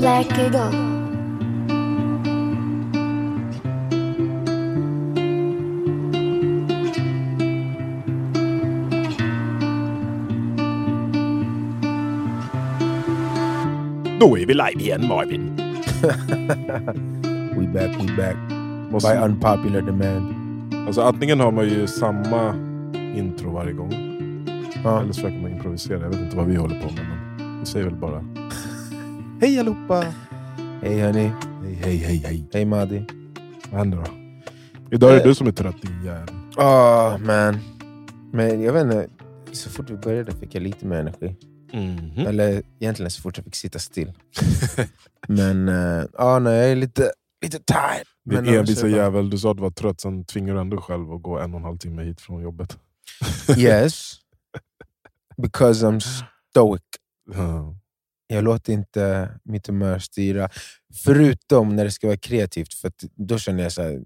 だけど Då är vi live igen Marvin. We back, we back. By Måste, unpopular demand. alltså, antingen har man ju samma intro varje gång. Ja. Eller så försöker man improvisera. Jag vet inte vad vi håller på med. Men vi säger väl bara Hej allihopa! Hej hörni. Hej hej hej hej. Hej Eh. Madi. Vad händer då? Idag är det du som är trött din jävel. Ah man. Men jag vet inte. Så fort vi började fick jag lite mer energi. Mhm. Eller egentligen så fort jag fick sitta still. Men eh, ah, nej, jag är lite, lite tired. Din Men annars envisa är det bara- jävel. Du sa att du var trött, sen tvingar du ändå själv att gå en och en halv timme hit från jobbet. Yes. Because I'm stoic. Ja. Jag låter inte mitt humör styra. Förutom när det ska vara kreativt, för att då känner jag så här,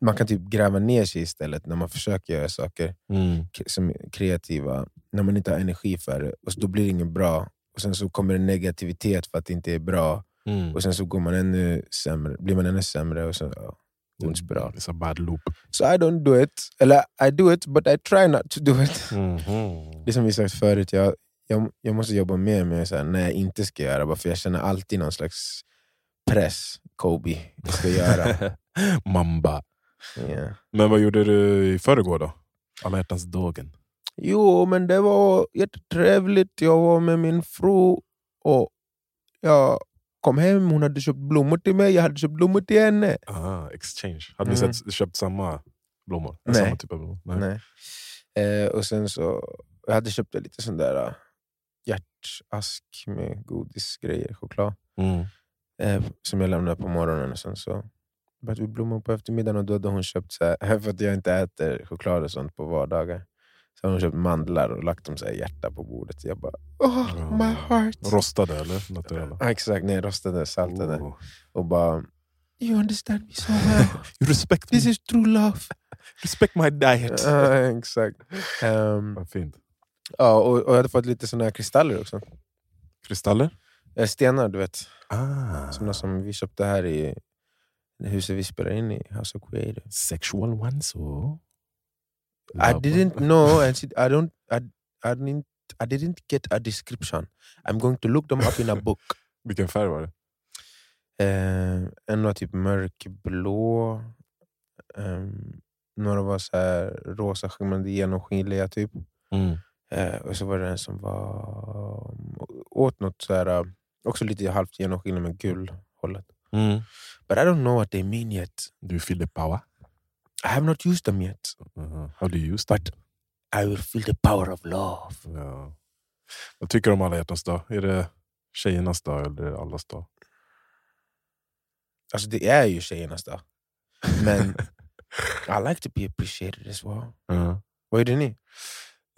man kan typ gräva ner sig istället när man försöker göra saker Mm, k- som är kreativa, när man inte har energi för det. Och så då blir det inget bra. Och Sen så kommer det negativitet för att det inte är bra. mm. Och Sen så går man ännu sämre, blir man ännu sämre. Och så, ja, Mm. Ordsspiral. It's a bad loop. Så I don't do it. Eller I do it, but I try not to do it. Mm. Mhm. Det är som vi sagt förut, jag, jag, jag måste jobba mer med så här, när jag inte ska göra, bara för jag känner alltid någon slags press. Kobe, jag ska göra. Mamba. Ja. Men vad gjorde du i förrgår då? Alla hjärtans dagen. Jo, men det var jättetrevligt. Jag var med min fru och jag kom hem. Hon hade köpt blommor till mig, jag hade köpt blommor till henne. Ah, exchange. Hade Mm. vi sett, köpt samma blommor? Nej. Samma typ av blommor? Nej. Nej. Eh, och sen så, jag hade köpt lite sån där eh, hjärtask med godisgrejer, choklad. Mm. eh, som jag lämnade på morgonen. Och sen så började vi blomma på eftermiddagen och då hade hon köpt, så här, för att jag inte äter choklad och sånt på vardagar, så hade hon köpt mandlar och lagt dem så här hjärta på bordet. Så jag bara, oh my heart. Rostade eller? Naturella. Ja, exakt, när jag rostade saltade Oh. och bara, you understand me so well. You respect, me. This is true love. respect my diet. Ja, exakt. Ehm, Vad fint. ja, och, och jag hade fått lite såna här kristaller också. Kristaller? Eh, Stenar, du vet. Ah. Såna som vi köpte här i huset vi spelar in i, House of Creator. Sexual ones or? I Love didn't one? know, and she- I don't, I, I didn't, I didn't get a description. I'm going to look them up in a book. Vilken färg var det? Eh, en var typ mörkblå, ehm, några var så här rosa, skimrande, genomskinliga typ. Mm. Eh, och så var det en som var åt något så här, eh, också lite halvt genomskinlig men gul hållet. Mm. But I don't know what they mean yet. Do you feel the power? I have not used them yet. Uh-huh. How do you use that? I will feel the power of love. Ja. Vad tycker du om alla hjärtans dag? Är det tjejernas dag eller är det allas dag? Alltså det är ju tjejernas dag. Men I like to be appreciated as well. Ja. Vad gjorde ni?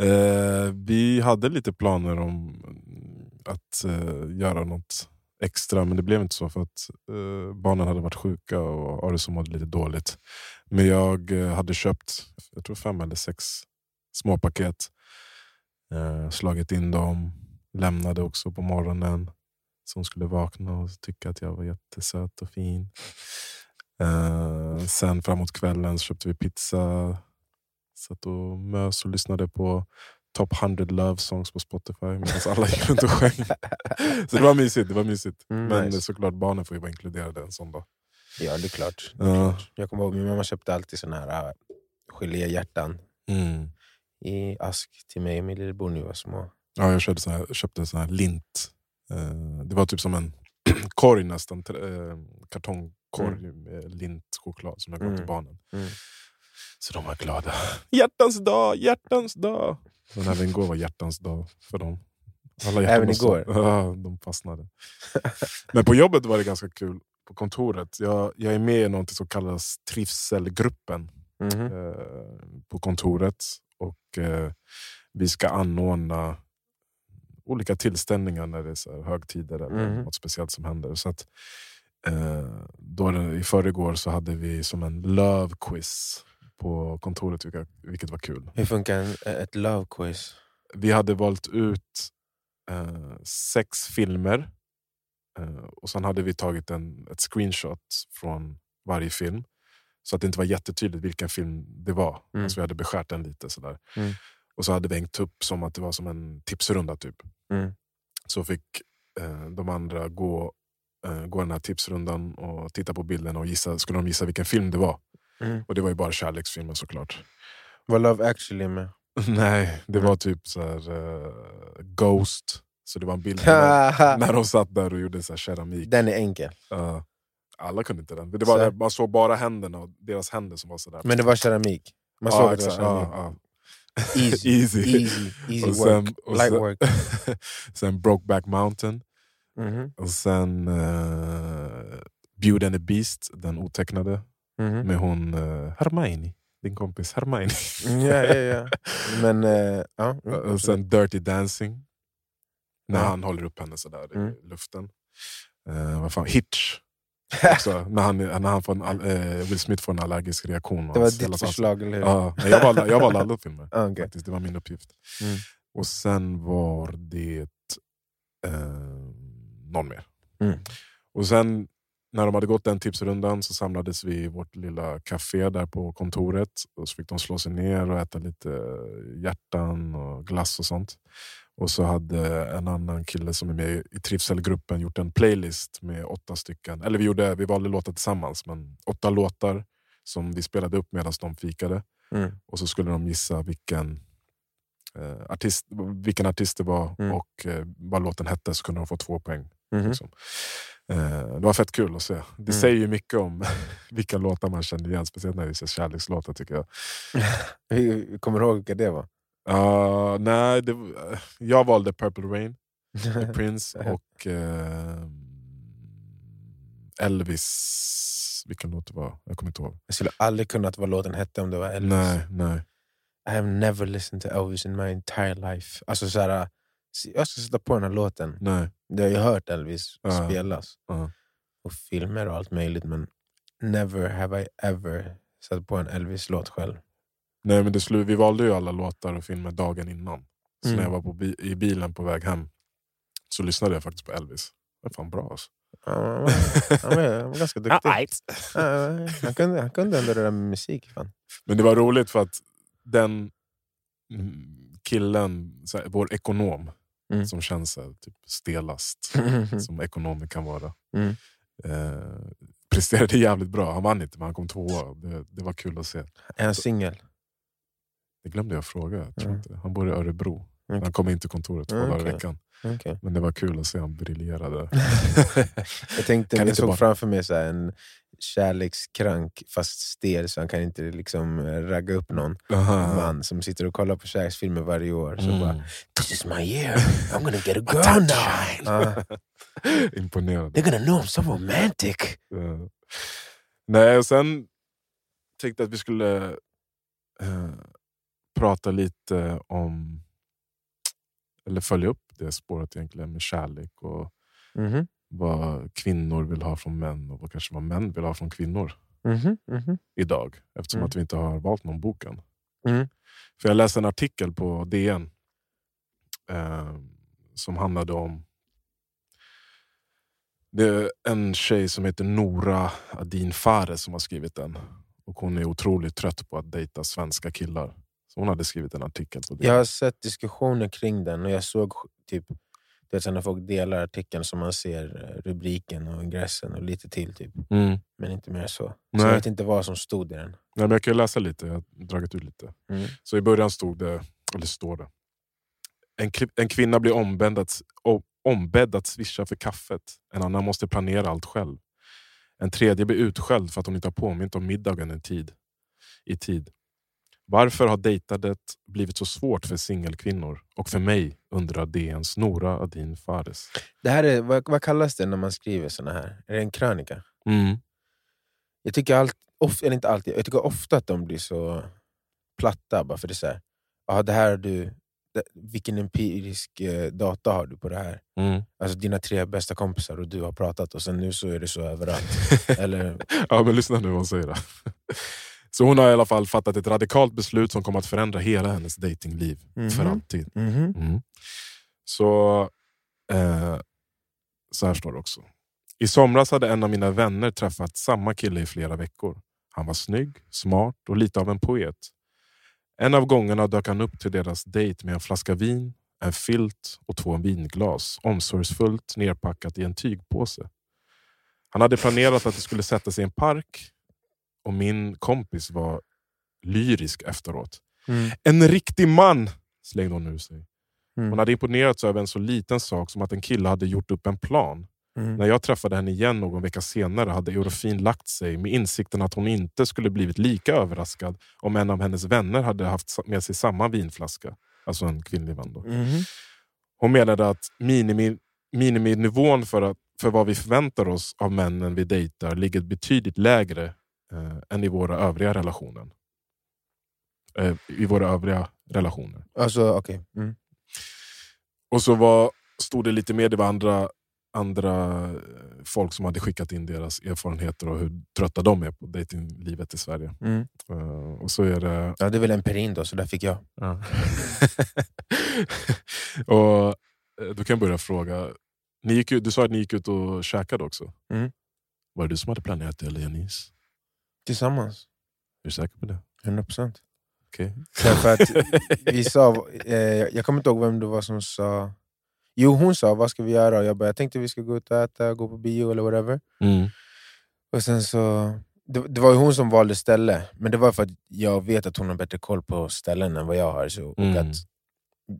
Eh, vi hade lite planer om mm, att eh, göra något extra, men det blev inte så för att eh, barnen hade varit sjuka och Arisson mådde lite dåligt. Men jag eh, hade köpt jag tror fem eller sex småpaket, eh, slagit in dem, lämnade också på morgonen så hon skulle vakna och tycka att jag var jättesöt och fin. Eh, sen framåt kvällen så köpte vi pizza, satt och mös och lyssnade på Top 100 Love Songs på Spotify medan alla gick runt och sjöng. Så det var mysigt. Det var mysigt. Mm, Men nice. såklart barnen får ju vara inkluderade en sån dag. Ja, det är klart. Ja. Jag kommer ihåg min mamma köpte alltid såna här äh, geléhjärtan Mm. i ask till mig och min lillebror när vi var små. Ja, jag köpte sån här, köpte sån här lint. Eh, det var typ som en korg nästan. tr- Eh, kartongkorg med lintchoklad som jag gav Mm. till barnen. Mm. Så de var glada. Hjärtans dag, hjärtans dag! Men även igår var hjärtans dag för dem. Alla hjärtan Även var så- igår? Ja, de fastnade. Men på jobbet var det ganska kul. På kontoret. Jag, jag är med i något som kallas trivselgruppen Mhm. eh, på kontoret och eh, vi ska anordna olika tillställningar när det är så här högtider eller Mhm. något speciellt som händer. Så att, eh, då är det, I förrgår så hade vi som en love quiz på kontoret, vilket, vilket var kul. Hur funkar en, ä- ett love quiz? Vi hade valt ut eh, sex filmer Eh, och Sen hade vi tagit en, ett screenshot från varje film så att det inte var jättetydligt vilken film det var. Mm. Så vi hade beskärt den lite. Sådär. Mm. Och så hade vi hängt upp som att det var som en tipsrunda. typ. Mm. Så fick eh, de andra gå, eh, gå den här tipsrundan och titta på bilderna och gissa, skulle de gissa vilken film det var. Mm. Och det var ju bara kärleksfilmer såklart. Var Love actually med? Nej, det var typ så här, eh, Ghost. Så det var en bild när, när de satt där och gjorde så här keramik. Den är enkel. Eh, alla kunde inte den. Det Så här. var, man såg bara händerna och deras händer som var sådär. Men det var keramik. Man såg att det var keramik. ja, ja. Easy. Easy. Easy, easy Och work. sen- och Light sen- work. sen Brokeback Mountain. Mhm, Och sen eh, Beauty and the Beast, den otecknade. mhm. Med hon eh, Hermione, din kompis Hermione. Mm, Ja, ja, ja. Men, eh, ja. mm, Och sen Dirty Dancing. När Ja. han håller upp henne sådär Mm. i luften. Eh, vad fan, Hitch. Också, när han, när han får en, all- eh, Will Smith får en allergisk reaktion. och det var hans- hela ditt hans- förslag, eller hur? Ja, nej, jag valde, jag valde alla filmer. Ah, okej. Faktiskt, det var min uppgift. Mm. Och sen var det eh, någon mer. Mm. Och sen när de hade gått den tipsrundan så samlades vi i vårt lilla café där på kontoret. Och så fick de slå sig ner och äta lite hjärtan och glass och sånt. Och så hade en annan kille som är med i trivselgruppen gjort en playlist med åtta stycken. Eller vi, gjorde, vi valde låtar tillsammans, men åtta låtar som vi spelade upp medan de fikade. Mm. Och så skulle de gissa vilken, eh, artist, vilken artist det var Mm. och eh, vad låten hette så kunde de få två poäng. Mhm. Liksom. Eh, det var fett kul att se. Det Mm. säger ju mycket om vilka låtar man känner igen, speciellt när det är så kärlekslåtar tycker jag. Hur- Kommer du ihåg vilka det var? Ah, nej, det, eh, jag valde Purple Rain, The Prince och eh, Elvis. Vilken låt det var? Jag kommer inte ihåg. Jag skulle aldrig kunnat vad låten hette om det var Elvis. Nej, nej. I have never listened to Elvis in my entire life. Alltså så här, s- jag ska sätta på den här låten. nej. Jag har ju hört Elvis Ja. spelas. Ja. Och filmer och allt möjligt. Men never have I ever satt på en Elvis-låt själv. Nej, men det slu- vi valde ju alla låtar och filmer dagen innan. Så Mm. när jag var på bi- i bilen på väg hem så lyssnade jag faktiskt på Elvis. Det var fan bra alltså. Ja, Han var, han var, han var ganska duktig. Ja, han, kunde, han kunde ändå det där med musik. Fan. men det var roligt för att den mm, killen, så här, vår ekonom, Mm. som känns så här, typ stelast som ekonomer kan vara, Mm. eh, presterade jävligt bra. Han vann inte, men han kom tvåa. Det, det var kul att se. Är han singel? Det glömde jag fråga. Jag tror Mm. inte. Han bor i Örebro. Mm. Han kom in till kontoret två Mm, dagar i okej. veckan. Okej. Men det var kul att se han briljerade. Jag, tänkte, Kan jag inte såg bara- framför mig så här en kärlekskrank fast stel så han kan inte liksom eh, ragga upp någon Aha. man som sitter och kollar på kärleksfilmer varje år. Så Mm. bara, This is my year, I'm gonna get a girl now. Ah, Imponerad. they're gonna know I'm so romantic. Eh, Nej, och sen tänkte jag att vi skulle eh, prata lite om, eller följa upp det spåret egentligen med kärlek och Mhm, vad kvinnor vill ha från män och vad kanske vad män vill ha från kvinnor mhm, mhm. idag. Eftersom Mm. att vi inte har valt någon bok än. Mm. För jag läste en artikel på DN eh, som handlade om det är en tjej som heter Nora Adin Fares som har skrivit den. Och Hon är otroligt trött på att dejta svenska killar. Så hon hade skrivit en artikel på det. Jag har sett diskussioner kring den och jag såg typ du vet, så när folk delar artikeln så man ser eh, rubriken och ingressen och lite till. typ Mm. Men inte mer så. Så jag Nej. vet inte vad som stod i den. Nej, men jag kan ju läsa lite, jag har dragit ut lite. Mm. Så i början stod det, eller står det. En, kri- en kvinna blir ombedd att, o- ombedd att swisha för kaffet. En annan måste planera allt själv. En tredje blir utskälld för att hon inte har påmint om middagen i tid. I tid. Varför har dejtandet blivit så svårt för singelkvinnor? Och för mig, undrar DNs Nora Adin Fares. Det här är, vad, vad kallas det när man skriver såna här? Är det en krönika? Mm, Jag tycker, allt, of, eller inte alltid, jag tycker ofta att de blir så platta. Bara för det är så här, "Ja, det här har du, det, vilken empirisk eh, data har du på det här? mm. Alltså dina tre bästa kompisar och du har pratat och sen nu så är det så överallt. Eller, Ja, men lyssna nu vad hon säger. då. Så hon har i alla fall fattat ett radikalt beslut som kommer att förändra hela hennes datingliv för Mhm. alltid. mhm, Så, eh, så här står det också. I somras hade en av mina vänner träffat samma kille i flera veckor. Han var snygg, smart och lite av en poet. En av gångerna dök han upp till deras dejt med en flaska vin, en filt och två vinglas omsorgsfullt nerpackat i en tygpåse. Han hade planerat att de skulle sätta sig i en park och min kompis var lyrisk efteråt. Mm. En riktig man! slängde hon ur sig. Mm. Hon hade imponerats över en så liten sak som att en kille hade gjort upp en plan. mm. När jag träffade henne igen någon vecka senare hade Eurofin lagt sig med insikten att hon inte skulle blivit lika överraskad om en av hennes vänner hade haft sa- med sig samma vinflaska. Alltså en kvinnlig vän. Då. Mhm. Hon menade att minimi, miniminivån för, att, för vad vi förväntar oss av männen vi dejtar ligger betydligt lägre eh, än i våra övriga relationer. Eh, I våra övriga relationer. Alltså, okej. Mm. Och så var, stod det lite mer, det var andra, andra eh, folk som hade skickat in deras erfarenheter och hur trötta de är på dejtinglivet i Sverige. Mm. Eh, och så är det... Ja, det är väl en perin då, så där fick jag. och eh, Då kan jag börja fråga. Ni gick, ut- du sa att ni gick ut och käkade också. Mm. Var det du som hade planerat det eller Janice? Tillsammans. Är du säker på det? 100 procent. Okej. Därför att vi sa, eh, jag kommer inte ihåg vem det var som sa... Jo, hon sa vad ska vi göra? Och jag bara, jag tänkte vi ska gå ut och äta, gå på bio eller whatever. Mm. Och sen så... Det, det var ju hon som valde ställe, men det var för att jag vet att hon har bättre koll på ställen än vad jag har. Så, och Mm. att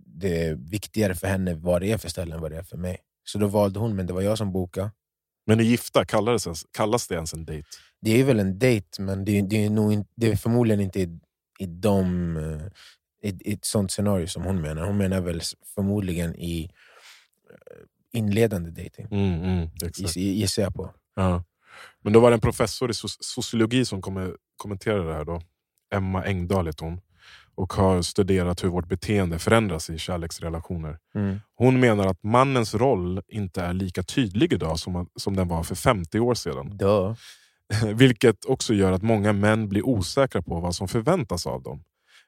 det är viktigare för henne vad det är för ställe än vad det är för mig. Så då valde hon, men det var jag som bokade. Men ni är gifta, kallas det, kallas det ens en dejt? Det är ju väl en dejt, men det, är- det, är, nog in, det är förmodligen inte i, i, de, eh, i, i ett sånt scenario som hon menar. Hon menar väl s- förmodligen i eh, inledande dejting. Mm, mm, exakt. Gis- Gissar jag på. Ja. Men då var det en professor i soci- sociologi som kommer, kommenterade det här. då. Emma Engdahl heter hon. Och har studerat hur vårt beteende förändras i kärleksrelationer. Hon menar att mannens roll inte är lika tydlig idag som, som den var för 50 år sedan. Då. Vilket också gör att många män blir osäkra på vad som förväntas av dem.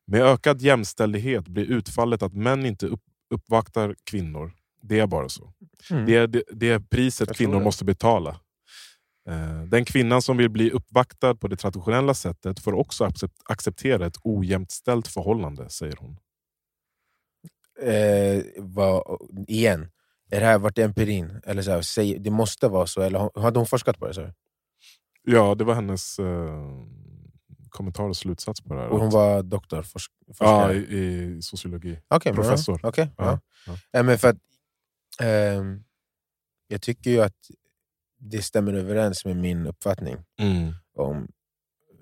Med ökad jämställdhet blir utfallet att män inte upp, uppvaktar kvinnor. Det är bara så. Mm. Det är det, det är priset Jag tror kvinnor det. måste betala. Eh, Den kvinnan som vill bli uppvaktad på det traditionella sättet får också accept- acceptera ett ojämnt ställt förhållande, säger hon. Eh, vad, igen, är det här vart empirin? Eller så här, säg, det måste vara så, eller har- hade hon forskat på det? Så? här? Ja, det var hennes eh, kommentar och slutsats på det här. Och hon var doktor? Forsk, ja, forskare? i, i sociologi. Okej, men ja, professor. okej, ja. Ja, ja. Nej, men för att, ehm, jag tycker ju att det stämmer överens med min uppfattning Mm. om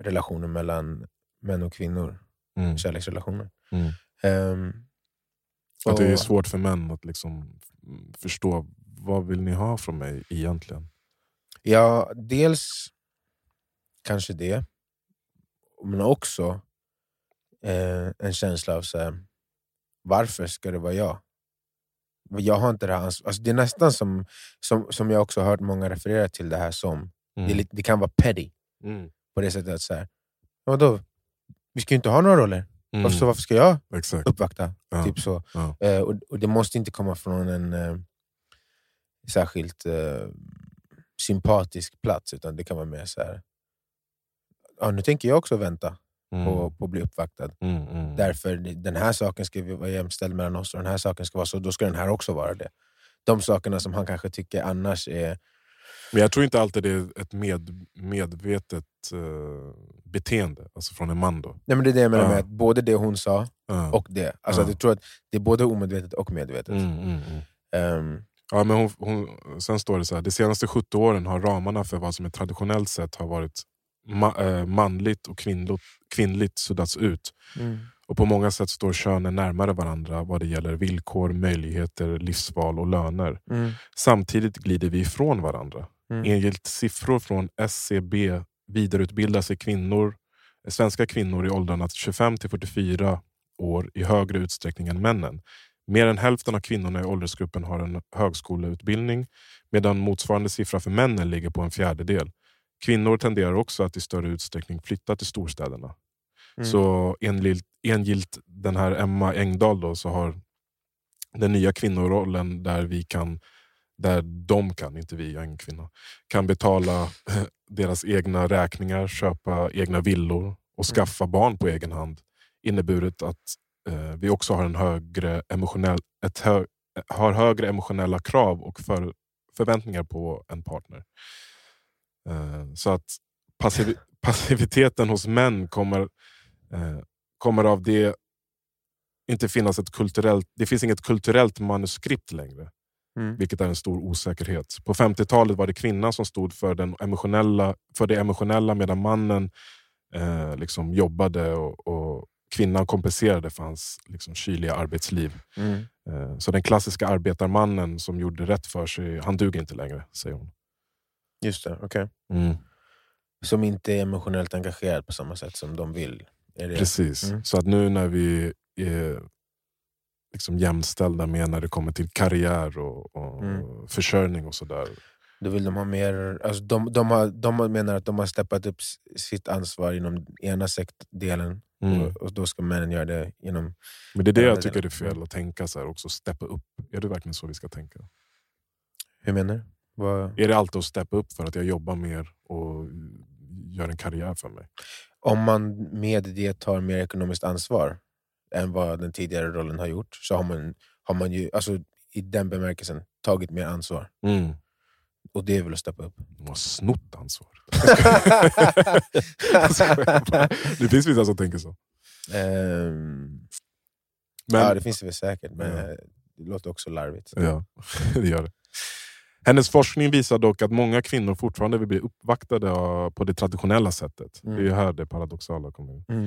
relationer mellan män och kvinnor, Mm. kärleksrelationer. Mm. Ehm, Att det är och- svårt för män att liksom mm, förstå vad vill ni ha från mig egentligen. Ja, dels kanske det. Men också eh, en känsla av så här, varför ska det vara jag? Jag har inte det här ans- alltså Det är nästan som, som, som jag också har hört många referera till det här som. Mm. Det, är lite, det kan vara petty Mm. på det sättet. att Så här, vadå? Vi ska ju inte ha några roller. Mm. Varför, så varför ska jag Exakt. uppvakta? Ja. Typ så. Ja. Eh, och, och det måste inte komma från en eh, särskilt eh, sympatisk plats, utan det kan vara mer så här. Ja, nu tänker jag också vänta Mm. på, på att bli uppvaktad. Mm, mm. Därför det- den här saken ska vi vara jämställd mellan oss och den här saken ska vara så, då ska den här också vara det. De sakerna som han kanske tycker annars är... Men jag tror inte alltid det är ett med, medvetet eh, beteende alltså från en man. Då. Nej, men det är det jag menar med Ja. att både det hon sa Ja. och det. Alltså, Ja. Jag tror att det är både omedvetet och medvetet. Mm, mm, mm. Ehm, Ja, men hon, hon, sen står det så här. De senaste 70 åren har ramarna för vad som är traditionellt sett har varit ma- eh, manligt och kvinnligt, kvinnligt suddats ut. Mm. Och på många sätt står könen närmare varandra vad det gäller villkor, möjligheter, livsval och löner. Mm. Samtidigt glider vi ifrån varandra. Mm. Enligt siffror från SCB vidareutbildar sig kvinnor, svenska kvinnor i åldrarna 25 till 44 år i högre utsträckning än männen. Mer än hälften av kvinnorna i åldersgruppen har en högskoleutbildning medan motsvarande siffra för männen ligger på en fjärdedel. Kvinnor tenderar också att i större utsträckning flytta till storstäderna. Mm. Så enligt, enligt den här Emma Engdahl då, så har den nya kvinnorollen där vi kan där de kan, inte vi, jag är ingen kvinna, kan betala eh, deras egna räkningar, köpa egna villor och skaffa barn på egen hand inneburit att eh, vi också har, en högre emotionell, ett hö, eh, har högre emotionella krav och för, förväntningar på en partner. Eh, så att passiv, passiviteten hos män kommer, eh, kommer av det inte finnas ett kulturellt, det finns inget kulturellt manuskript längre. Mm. Vilket är en stor osäkerhet. På 50-talet var det kvinnan som stod för, den emotionella, för det emotionella medan mannen eh, liksom jobbade och, och kvinnan kompenserade för hans liksom, kyliga arbetsliv. Mm. Eh, så den klassiska arbetarmannen som gjorde rätt för sig, han duger inte längre, säger hon. Mm. Just det, okej. Som inte är emotionellt engagerad på samma sätt som de vill. Är det? Precis. Mm. Så att nu när vi är liksom jämställda med när det kommer till karriär och, och Mm. försörjning och sådär. Då vill de ha mer... Alltså de, de, har, de menar att de har steppat upp s- sitt ansvar inom ena sekt- delen Mm. och, och då ska männen göra det genom... Men det är det Ja, jag det- tycker är fel att tänka så här också. Steppa upp. Är det verkligen så vi ska tänka? Hur menar du? Vad, Är det alltid att steppa upp för att jag jobbar mer och gör en karriär för mig? om man med det tar mer ekonomiskt ansvar än vad den tidigare rollen har gjort så har man, har man ju alltså, i den bemärkelsen tagit mer ansvar. Mm. Och det är väl att steppa upp? De har snott ansvaret. Jag skojar bara. det finns vissa som tänker så. Ehm, Men, ja, ja, det finns det väl säkert, men eh, det låter också larvigt. det gör det. Hennes forskning visar dock att många kvinnor fortfarande vill bli uppvaktade av- på det traditionella sättet. Mm. Det är ju här det paradoxala kommer in. Mm.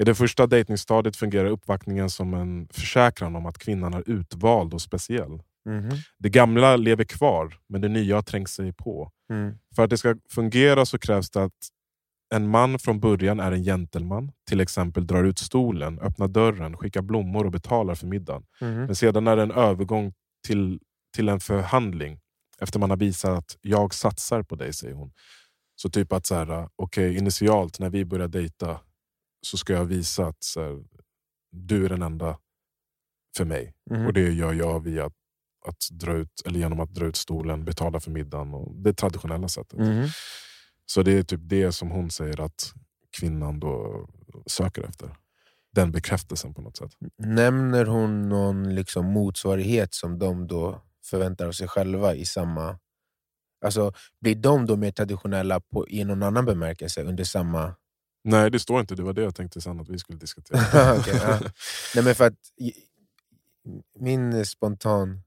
I det första dejtingstadiet fungerar uppvaktningen som en försäkran om att kvinnan är utvald och speciell. Mhm. Det gamla lever kvar, men det nya har trängt sig på. Mm. För att det ska fungera så krävs det att en man från början är en gentleman, till exempel drar ut stolen, öppnar dörren, skickar blommor och betalar för middagen. Mhm. Men sedan är det en övergång till, till en förhandling efter man har visat att jag satsar på dig, säger hon. Så typ att så här, okej, initialt när vi börjar dejta så ska jag visa att så här, du är den enda för mig. Mhm. Och det gör jag via att dra ut, eller genom att dra ut stolen, betala för middagen och det traditionella sättet. Mhm. Så det är typ det som hon säger att kvinnan då söker efter. Den bekräftelsen på något sätt. Nämner hon någon liksom motsvarighet som de då förväntar av sig själva i samma... Alltså, blir de då mer traditionella på, i någon annan bemärkelse under samma... Nej, det står inte. Det var det jag tänkte sen att vi skulle diskutera. Okej, ja. Nej, men för att i- min eh, spontan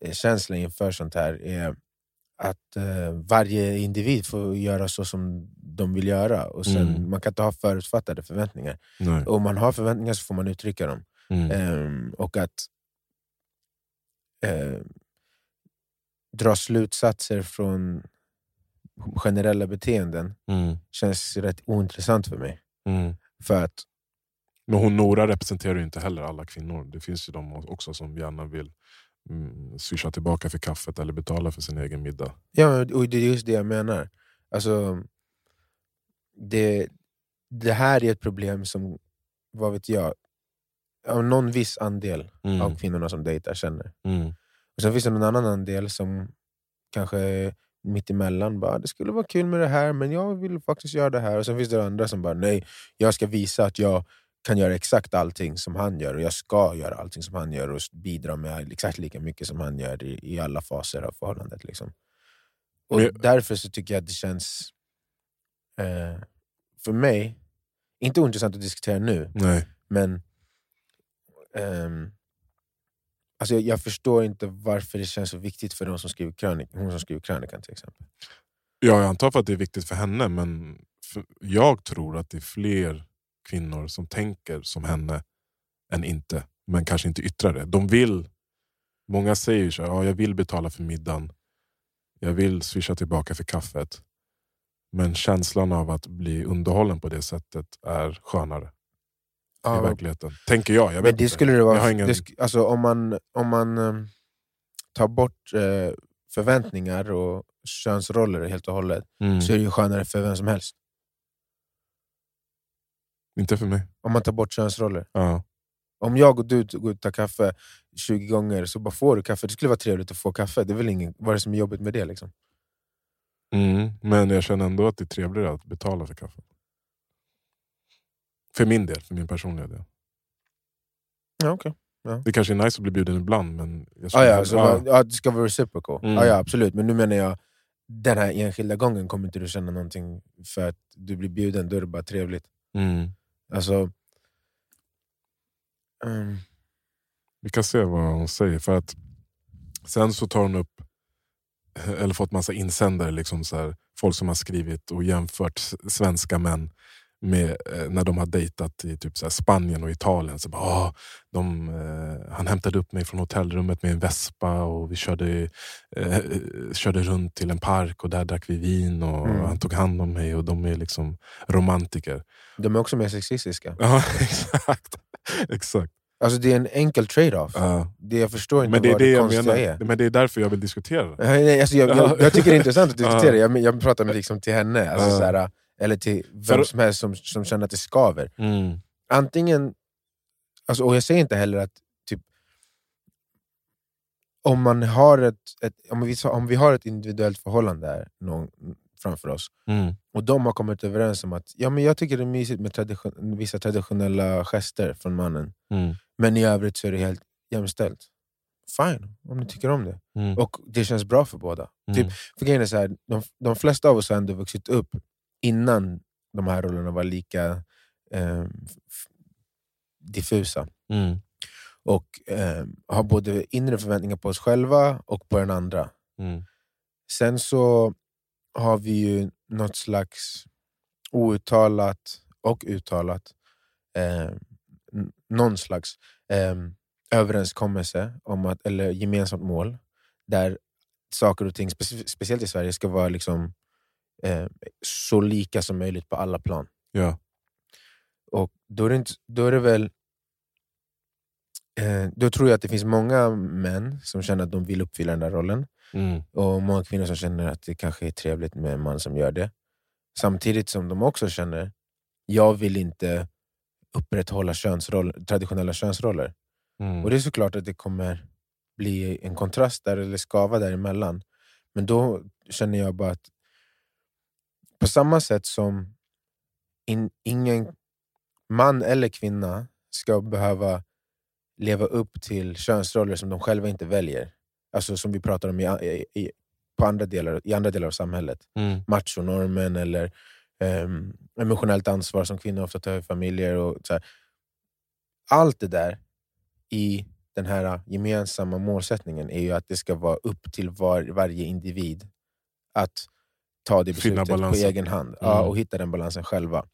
eh, känsla inför sånt här är att eh, varje individ får göra så som de vill göra. Och sen, Mm. Man kan inte ha förutfattade förväntningar. Nej. Och Om man har förväntningar så får man uttrycka dem. Mm. Ehm, och att ehm, dra slutsatser från generella beteenden Mm. känns rätt ointressant för mig. Mm. För att, Men hon Nora representerar ju inte heller alla kvinnor. Det finns ju de också som gärna vill mm, swisha tillbaka för kaffet eller betala för sin egen middag. ja, och det är just det jag menar. Alltså, det, det här är ett problem som, vad vet jag, av någon viss andel av kvinnorna som dejtar känner. Mm. Och sen finns det någon annan andel som kanske är mitt emellan bara det skulle vara kul med det här men jag vill faktiskt göra det här. Och sen finns det andra som bara nej, jag ska visa att jag kan göra exakt allting som han gör och jag ska göra allting som han gör och bidra med exakt lika mycket som han gör i, i alla faser av förhållandet. Liksom. Och Men jag- Därför så tycker jag att det känns, eh, för mig, inte ointressant att diskutera nu, Nej. men ehm, alltså jag, jag förstår inte varför det känns så viktigt för de som skriver krönik, hon som skriver krönikan till exempel. Ja, jag antar för att det är viktigt för henne, men för, jag tror att det är fler kvinnor som tänker som henne än inte, men kanske inte yttrar det. De vill, många säger ju så här, ja, jag vill betala för middagen, jag vill swisha tillbaka för kaffet. Men känslan av att bli underhållen på det sättet är skönare i verkligheten. Tänker jag. jag vet men det inte. skulle det Jag har vara. ingen- Det, sk- alltså, om man, om man ehm, tar bort eh, förväntningar och könsroller helt och hållet Mm. så är det ju skönare för vem som helst. Inte för mig. Om man tar bort könsroller. Ja. Om jag och du t- går ut och tar kaffe 20 gånger så bara får du kaffe. Det skulle vara trevligt att få kaffe. Det är väl ingen, vad är det som är jobbigt med det? Liksom? Mm, men jag känner ändå att det är trevligare att betala för kaffe. För min del, för min personliga del. Ja, okay. Det kanske är nice att bli bjuden ibland, men... Jag ah, känner- ja, så, Ja. man- ja, det ska vara reciprocal. Mm. Ah, ja, absolut. Men nu menar jag, den här enskilda gången kommer inte du känna någonting för att du blir bjuden. Då är det bara trevligt. Mm. Alltså... Mm. Vi kan se vad hon säger. För att Sen så tar hon upp, eller fått massa insändare, liksom så här, folk som har skrivit och jämfört s- svenska män med eh, när de har dejtat i typ så här Spanien och Italien. Så bara, "Ah, de, eh, han hämtade upp mig från hotellrummet med en vespa och vi körde, eh, körde runt till en park och där drack vi vin och Mm. han tog hand om mig och de är liksom romantiker. De är också mer sexistiska. Ja, exakt. exakt. Alltså, det är en enkel trade-off. Ja. Det jag förstår inte Men det är vad det det jag konstiga menar. är. Men det är därför jag vill diskutera det. Nej, nej, alltså jag, Ja. jag, jag tycker det är intressant att Ja. diskutera det. Jag, jag pratar med liksom till henne, alltså Ja. så här, eller till För- vem som helst som, som känner att det skaver. Antingen, alltså, och jag säger inte heller att typ, om, man har ett, ett, om, vi, sa- om vi har ett individuellt förhållande här, någon, framför oss, och de har kommit överens om att ja, men jag tycker det är mysigt med tradition, vissa traditionella gester från mannen, men i övrigt så är det helt jämställt. Fine, om ni tycker om det. Och det känns bra för båda. Typ, för grejen är så här, de, de flesta av oss har ändå vuxit upp innan de här rollerna var lika eh, f- f- diffusa. Och eh, har både inre förväntningar på oss själva och på den andra. Sen så har vi ju något slags outtalat och uttalat, eh, n- någon slags eh, överenskommelse, om att, eller gemensamt mål, där saker och ting, speci- speciellt i Sverige, ska vara liksom, eh, så lika som möjligt på alla plan. Ja. Och då är det, inte, då är det väl... Eh, då tror jag att det finns många män som känner att de vill uppfylla den där rollen. Och många kvinnor som känner att det kanske är trevligt med en man som gör det. Samtidigt som de också känner, jag vill inte upprätthålla könsroll, traditionella könsroller. Och det är såklart att det kommer bli en kontrast där, eller skava däremellan. Men då känner jag bara att på samma sätt som in, ingen man eller kvinna ska behöva leva upp till könsroller som de själva inte väljer. Alltså som vi pratar om i, i, i, på andra delar, i andra delar av samhället. Mm. Machonormen eller ehm, emotionellt ansvar som kvinnor ofta tar i familjer. Och så här. Allt det där i den här gemensamma målsättningen är ju att det ska vara upp till var, varje individ att ta Finna det beslutet på balansen. egen hand ja, Mm. och hitta den balansen själva.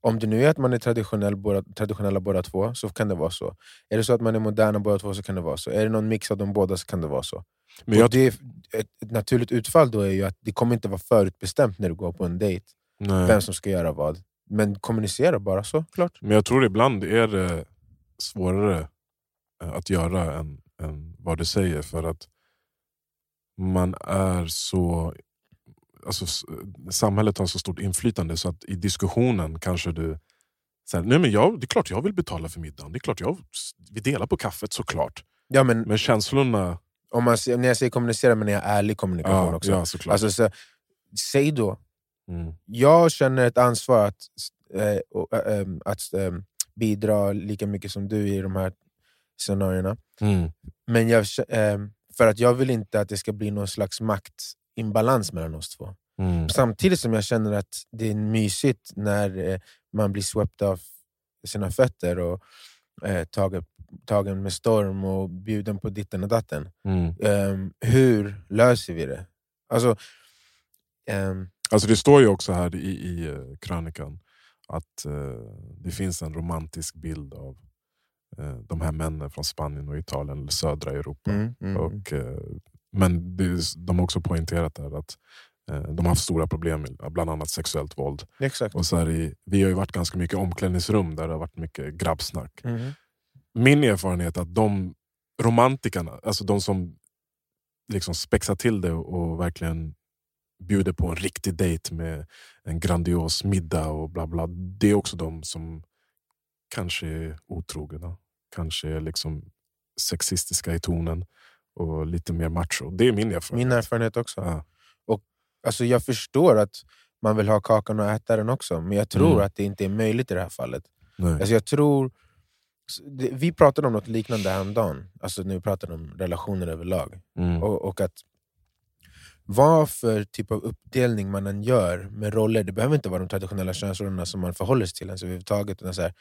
Om det nu är att man är traditionell, båda, traditionella båda två så kan det vara så. Är det så att man är moderna båda två så kan det vara så. Är det någon mix av de båda så kan det vara så. Men och jag, det, är- ett, ett naturligt utfall då är ju att det kommer inte vara förutbestämt när du går på en dejt, vem nej. som ska göra vad. Men kommunicera bara så, klart. Men jag tror ibland är det svårare eh, att göra än, än vad du säger. För att man är så... Alltså, s- samhället har så stort inflytande så att i diskussionen kanske du... Så här, Nej, men jag, det är klart jag vill betala för middagen. Det är klart jag, vi delar på kaffet såklart. Ja, men Men känslorna... om man, ser- när jag säger kommunicera menar jag ärlig kommunikation Ja, också. ja, såklart. alltså, så, säg då, mm. jag känner ett ansvar att, eh, och, eh, ehm, att ehm, bidra lika mycket som du i de här scenarierna. Mm. Men jag, kä- ehm, för att jag vill inte att det ska bli någon slags maktimbalans mellan oss två. Mm. Samtidigt som jag känner att det är mysigt när eh, man blir swept av sina fötter och eh, tagen, tagen med storm och bjuden på ditten och datten. Mm. Ehm, hur löser vi det? Alltså, ehm, Alltså det står ju också här i, i eh, krönikan att eh, det finns en romantisk bild av eh, de här männen från Spanien och Italien eller södra Europa. mm, mm, Och, eh, men det, är s- de har också poängterat där att eh, de har haft stora problem med bland annat sexuellt våld. exakt. Och så här i, vi har ju varit ganska mycket i omklädningsrum där det har varit mycket grabbsnack. Mm. min erfarenhet är att de romantikerna, alltså de som liksom spexar till det och verkligen bjuder på en riktig dejt med en grandios middag och bla bla. Det är också de som kanske är otrogna. kanske är liksom sexistiska i tonen och lite mer macho. Det är min erfarenhet. Ah, Min erfarenhet också. Ja. Alltså, jag förstår att man vill ha kakan och äta den också, men jag tror Mm. att det inte är möjligt i det här fallet. Nej. Alltså, jag tror... det- Vi pratade om något liknande häromdagen, alltså, när vi pratade om relationer överlag. Mm. Och, och att vad för typ av uppdelning man än gör med roller, det behöver inte vara de traditionella könsrollerna som man förhåller sig till ens överhuvudtaget. Utan så här,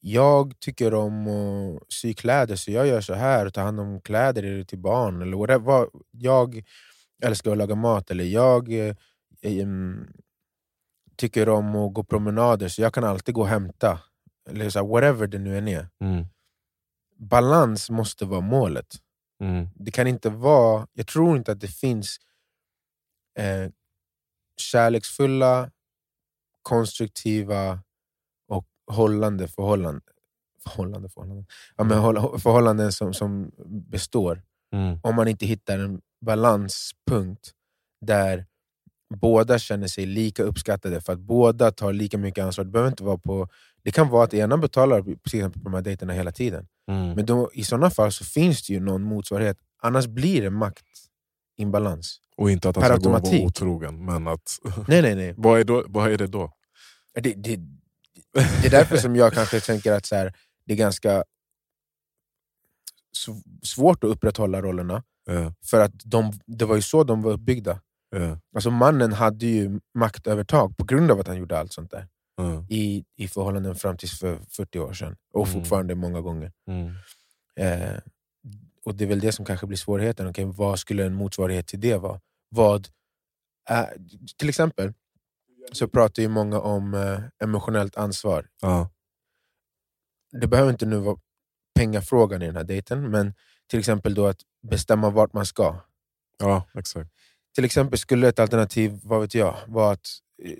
jag tycker om att sy kläder så jag gör så här, och tar hand om kläder till barn. Eller whatever. Vad- Jag älskar att laga mat, eller jag eh, em, tycker om att gå promenader så jag kan alltid gå och hämta. Eller så här, whatever det nu än är. Mm. Balans måste vara målet. Mm. Det kan inte vara... Jag tror inte att det finns eh, kärleksfulla, konstruktiva och hållande förhållanden. Förhållande, förhållanden. Ja, men håll- förhållanden som, som består Mm. om man inte hittar en balanspunkt där båda känner sig lika uppskattade för att båda tar lika mycket ansvar. Det, behöver inte vara på, det kan vara att ena betalar till exempel, på de här dejterna hela tiden. Mm. Men då, i sådana fall så finns det ju någon motsvarighet. Annars blir det maktinbalans. Och inte att han Per ska gå och vara automatik. otrogen, men att... Nej, nej, nej. vad, är då, vad är det då? Det, det, det är därför som jag kanske tänker att så här, det är ganska sv- svårt att upprätthålla rollerna. Eh, För att de, det var ju så de var uppbyggda. eh, Alltså mannen hade ju maktövertag på grund av att han gjorde allt sånt där. eh, I, i förhållanden fram till för 40 år sedan. Och Mm. fortfarande många gånger. mm. Eh, och det är väl det som kanske blir svårigheten. Okej, vad skulle en motsvarighet till det vara? Vad är, till exempel så pratar ju många om eh, emotionellt ansvar. Ja, Det behöver inte nu vara pengafrågan i den här dejten, men till exempel då att bestämma vart man ska. ja, exakt. Till exempel skulle ett alternativ, vad vet jag, vara att eh,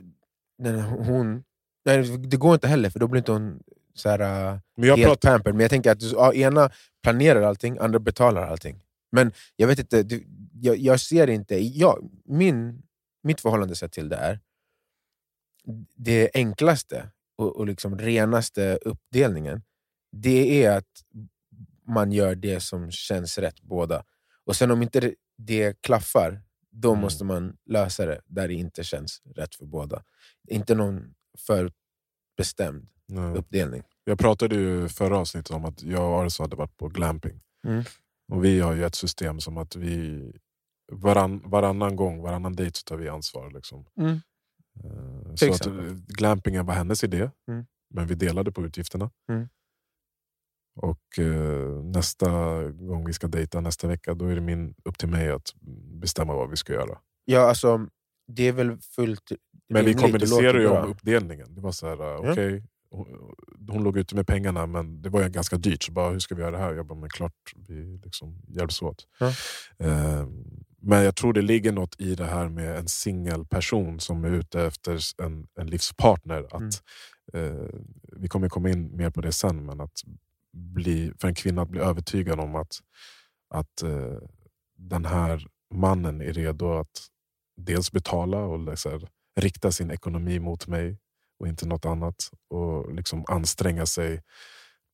den, hon... Nej, det går inte heller, för då blir inte hon så här, eh, Men jag helt pratar, pampered. Men jag tänker att ja, ena planerar allting, andra betalar allting. Men jag vet inte, du, jag, jag ser inte... Jag, min, mitt förhållande sett till det är det enklaste och, och liksom renaste uppdelningen, det är att man gör det som känns rätt båda. Och sen om inte det- det klaffar, då Mm. måste man lösa det där det inte känns rätt för båda. Inte någon förbestämd Nej. uppdelning. jag pratade ju förra avsnittet om att jag och Arso hade varit på glamping. Mm. Och vi har ju ett system som att vi varann, varannan gång, varannan dejt så tar vi ansvar. Liksom. Mm. Eh, Till Så att exempel. eh, glampingen var hennes idé, Mm. men vi delade på utgifterna. Mm. Och eh, nästa gång vi ska dejta nästa vecka, då är det min, upp till mig att bestämma vad vi ska göra. Ja, alltså det är väl fullt Men vi rimligt och låter kommunicerade ju bra. om uppdelningen. Det var så här, eh, okej, hon, hon låg ute med pengarna men det var ju ganska dyrt. Så bara, hur ska vi göra det här? Jag bara, men klart vi liksom hjälps åt. Ja. Eh, men jag tror det ligger något i det här med en singelperson som är ute efter s- en, en livspartner. Att, Mm. eh, vi kommer komma in mer på det sen, men att bli, för en kvinna att bli övertygad om att, att eh, den här mannen är redo att dels betala och lä- så här, rikta sin ekonomi mot mig och inte något annat. Och liksom anstränga sig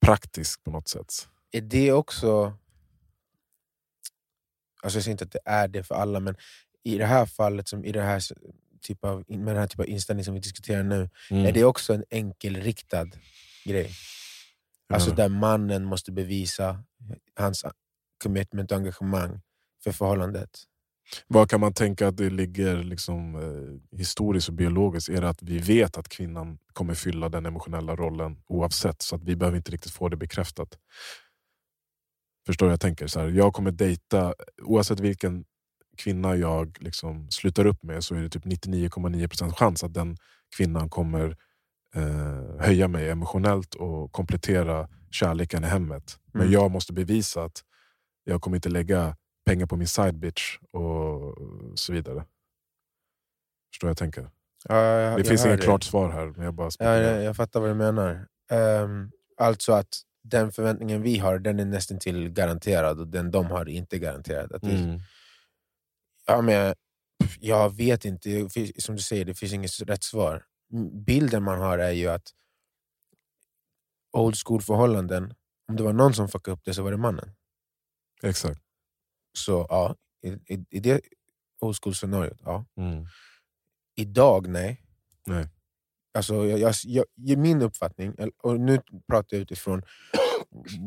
praktiskt på något sätt. Är det också... Alltså jag säger inte att det är det för alla, men i det här fallet, som i det här s- typ av, med den här typen av inställning som vi diskuterar nu, Mm. är det också en enkelriktad grej. Jag Alltså menar, där mannen måste bevisa hans a- commitment och engagemang för förhållandet. Vad kan man tänka att det ligger liksom, eh, historiskt och biologiskt? Är det att vi vet att kvinnan kommer fylla den emotionella rollen oavsett? Så att vi behöver inte riktigt få det bekräftat. Förstår du? Jag tänker så här, jag kommer dejta, oavsett vilken kvinna jag liksom slutar upp med så är det typ 99,9% chans att den kvinnan kommer eh, höja mig emotionellt och komplettera kärleken i hemmet. Men Mm. jag måste bevisa att jag kommer inte lägga pengar på min side bitch och så vidare. Förstår vad jag tänker? Ja, jag- Det jag finns hör inget dig. klart svar här, men jag bara Ja, spekulerar. jag, jag fattar vad du menar. Ehm, alltså att den förväntningen vi har, den är nästan till garanterad och den de har är inte garanterad. Att det, Mm. ja, men, jag- jag vet inte, Det finns- som du säger, det finns inget rätt svar. Mm, M- Bilden man har är ju att old school förhållanden, om det var någon som fuckade upp det så var det mannen. Exakt. Så ja, i, i, i det old school-scenariot, ja. Mm. Idag, nej. Nej. Alltså, jag, jag, jag, i min uppfattning, och nu pratar jag utifrån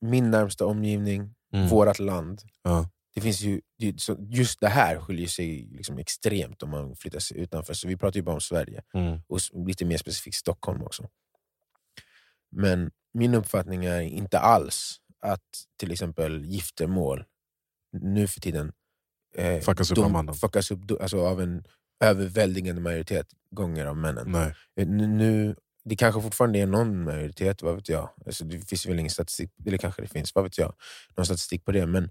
min närmsta omgivning, Mm. vårt land. Ja. Det finns ju, det- så just det här skiljer sig liksom extremt om man flyttar sig utanför. Så vi pratar ju bara om Sverige, Mm. och s- lite mer specifikt Stockholm också. Men min uppfattning är inte alls att till exempel giftermål nu för tiden eh, Fuckas upp av mannen. fuckas upp do- alltså, av en överväldigande majoritet gånger av männen. Nej. Eh, nu- Nu, det kanske fortfarande är någon majoritet, vad vet jag. Alltså, det finns väl ingen statistik, eller kanske det finns, vad vet jag. Någon statistik på det. Men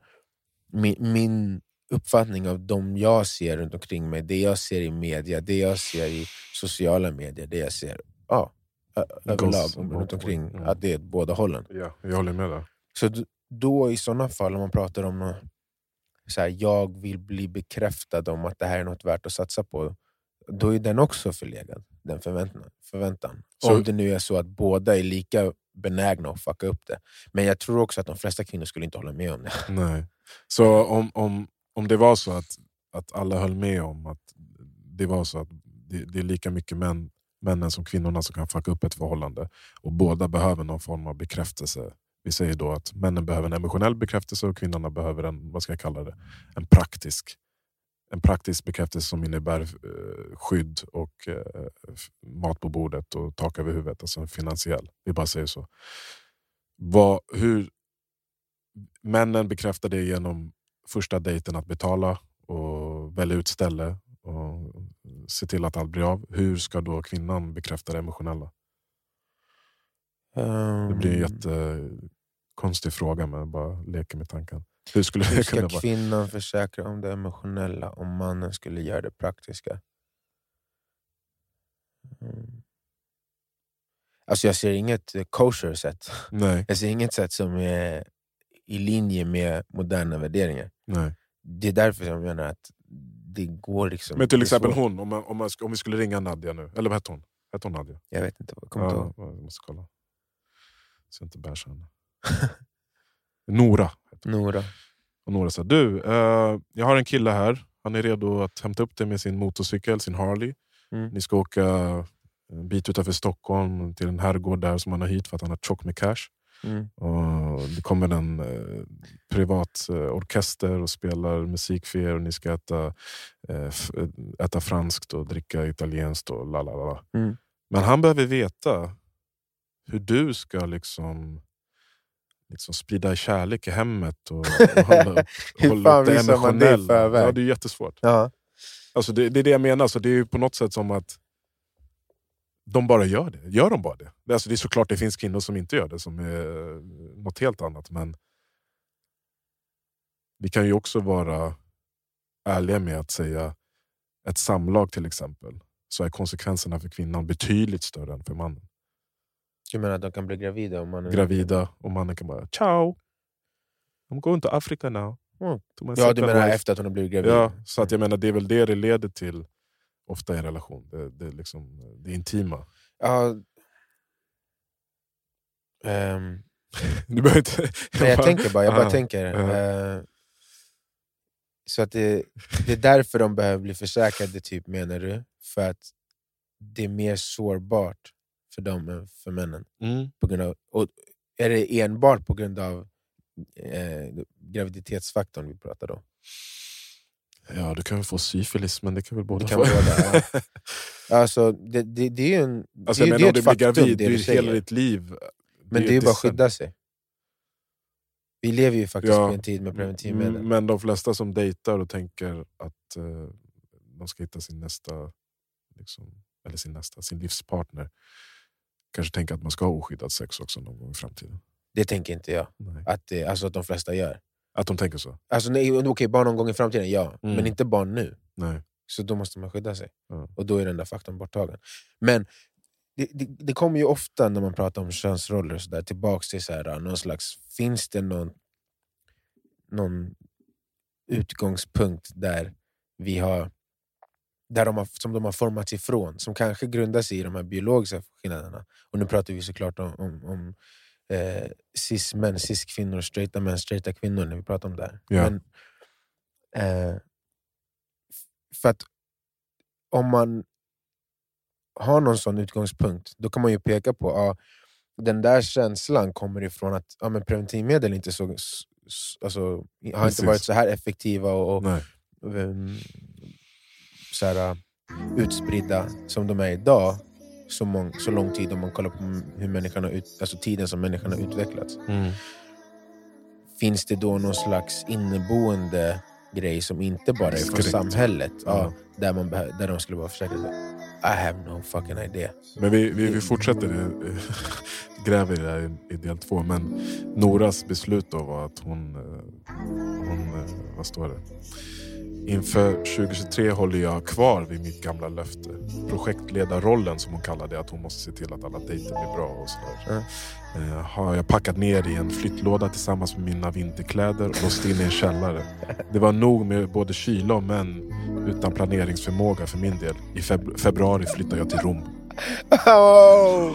min, min uppfattning av de jag ser runt omkring mig, det jag ser i media, det jag ser i sociala medier, det jag ser ja, ö- överlag Goss- runt omkring, Mm. att det är åt båda hållen. Ja, jag håller med där. Så d- då i sådana fall, om man pratar om eh, så här, jag vill bli bekräftad om att det här är något värt att satsa på, då är den också förlegad, den förväntan. förväntan. Så- Om det nu är så att båda är lika benägna att fucka upp det. Men jag tror också att de flesta kvinnor skulle inte hålla med om det. Nej. Så om, om, om det var så att, att alla höll med om att det var så att det, det är lika mycket män, männen som kvinnorna som kan fucka upp ett förhållande och båda behöver någon form av bekräftelse. Vi säger då att männen behöver en emotionell bekräftelse och kvinnorna behöver en, vad ska jag kalla det, en praktisk. En praktisk bekräftelse som innebär eh, skydd och eh, f- mat på bordet och tak över huvudet. Alltså en finansiell. Vi bara säger så. Vad, hur, männen bekräftar det genom första dejten att betala och välja ut ställe och se till att allt blir av. Hur ska då kvinnan bekräfta det emotionella? Det blir Ehm, Mm. en jättekonstig fråga men jag bara leker med tanken. Hur skulle Hur det kunna ska vara? kvinnan försäkra om det emotionella om mannen skulle göra det praktiska? Mm. Alltså jag ser inget eh, kosher sätt. Nej, Jag ser inget sätt som är i linje med moderna värderingar. nej. Det är därför jag menar att det går liksom... Men till det är exempel svårt. hon, om, man, om, man, sk- om vi skulle ringa Nadja nu. Eller vad hette hon? Hette hon Nadja? Jag vet inte, vad kommer inte Ja, ihåg. jag måste kolla. Så jag inte bärs henne. Nora. Nora. Och några sa du, eh, jag har en kille här. Han är redo att hämta upp dig med sin motorcykel, sin Harley. Mm. Ni ska åka eh, en bit utanför Stockholm till en herrgård där som han har hyrt för att han har tjockt med cash. Mm. Och det kommer en eh, privat eh, orkester och spelar musik för er och ni ska äta, eh, f- äta franskt och dricka italienskt och la la la, la. Mm. Men han behöver veta hur du ska liksom, liksom sprida kärlek i hemmet och, och hålla upp Hur hålla fan upp det visar man det i emotionella. Ja, förväg? det är jättesvårt. Ja. Alltså, det, det är det jag menar. Så det är ju på något sätt som att de bara gör det. Gör de bara det? Det- Alltså, det är såklart det finns kvinnor som inte gör det, som är eh, något helt annat. Men vi kan ju också vara ärliga med att säga ett samlag till exempel, så är konsekvenserna för kvinnan betydligt större än för mannen. Du menar att de kan bli gravida om mannen... Gravida och mannen kan bara ciao, I'm going to Africa now. Mm. To my Ja, du second menar wife." efter att hon har blivit gravid? Ja, så att jag Mm. menar, det är väl det det leder till ofta i en relation. Det, det, är liksom, det intima. Ja. Ehm, Du behöver inte... Nej, jag tänker bara. Jag bara Ah, tänker. ja. eh, så att det, det är därför de behöver bli försäkrade, typ, menar du? För att det är mer sårbart för dem än för männen. Mm. På grund av, och är det enbart på grund av eh, graviditetsfaktorn vi pratar då? Ja, du kan väl få syfilis, men det kan väl båda Det kan få. båda, ja. Alltså, det, det, det är ju en, Alltså, det, jag är- menar, det är om ett du blir faktum, gravid, det det är du ju hela säger. ditt liv. Men det är ju ju bara att dissen. skydda sig. Vi lever ju faktiskt Ja. i en tid med preventivmedel. Mm, Men de flesta som dejtar och tänker att eh, de ska hitta sin nästa, liksom, eller sin nästa, sin livspartner, kanske tänker att man ska ha oskyddat sex också någon gång i framtiden. Det tänker inte jag Nej. att, det, alltså att de flesta gör. Att de tänker så? Alltså, nej, okej, barn någon gång i framtiden, ja. Mm. Men inte barn nu. Nej. Så då måste man skydda sig. Ja. Och då är den där faktorn borttagen. Men det, det, det kommer ju ofta när man pratar om könsroller och så där, tillbaka till så här, någon slags... Finns det någon, någon utgångspunkt där vi har där de har, som de har formats ifrån, som kanske grundar sig i de här biologiska skillnaderna. Och nu pratar vi såklart om, om, om eh, cis-män, cis-kvinnor, straighta män, straighta kvinnor när vi pratar om det här. Ja. Men, eh, f- för att om man har någon sån utgångspunkt, då kan man ju peka på att den där känslan kommer ifrån att ja, men preventivmedel inte så, s- s- alltså, har Precis. inte varit så här effektiva och, och Nej. ehm, så här, äh, utspridda som de är idag så, mång, så lång tid om man kollar på hur människan har ut, alltså tiden som människan har utvecklats. Mm. Finns det då någon slags inneboende grej som inte bara är från Skräck. samhället? Ja. Ja, där, man behö- där de skulle vara försäkrade? I have no fucking idea. Men vi, vi, vi fortsätter eh, gräva i det här i, i del två. Men Noras beslut då var att hon... eh, hon eh, vad står det? Inför 2023 håller jag kvar vid mitt gamla löfte. Projektledarrollen som hon kallar det, att hon måste se till att alla dejter blir bra och sådär. Eh, har jag packat ner i en flyttlåda tillsammans med mina vinterkläder och låst in i en källare. Det var nog med både kyla och män utan planeringsförmåga för min del. I feb- februari flyttar jag till Rom. Oh!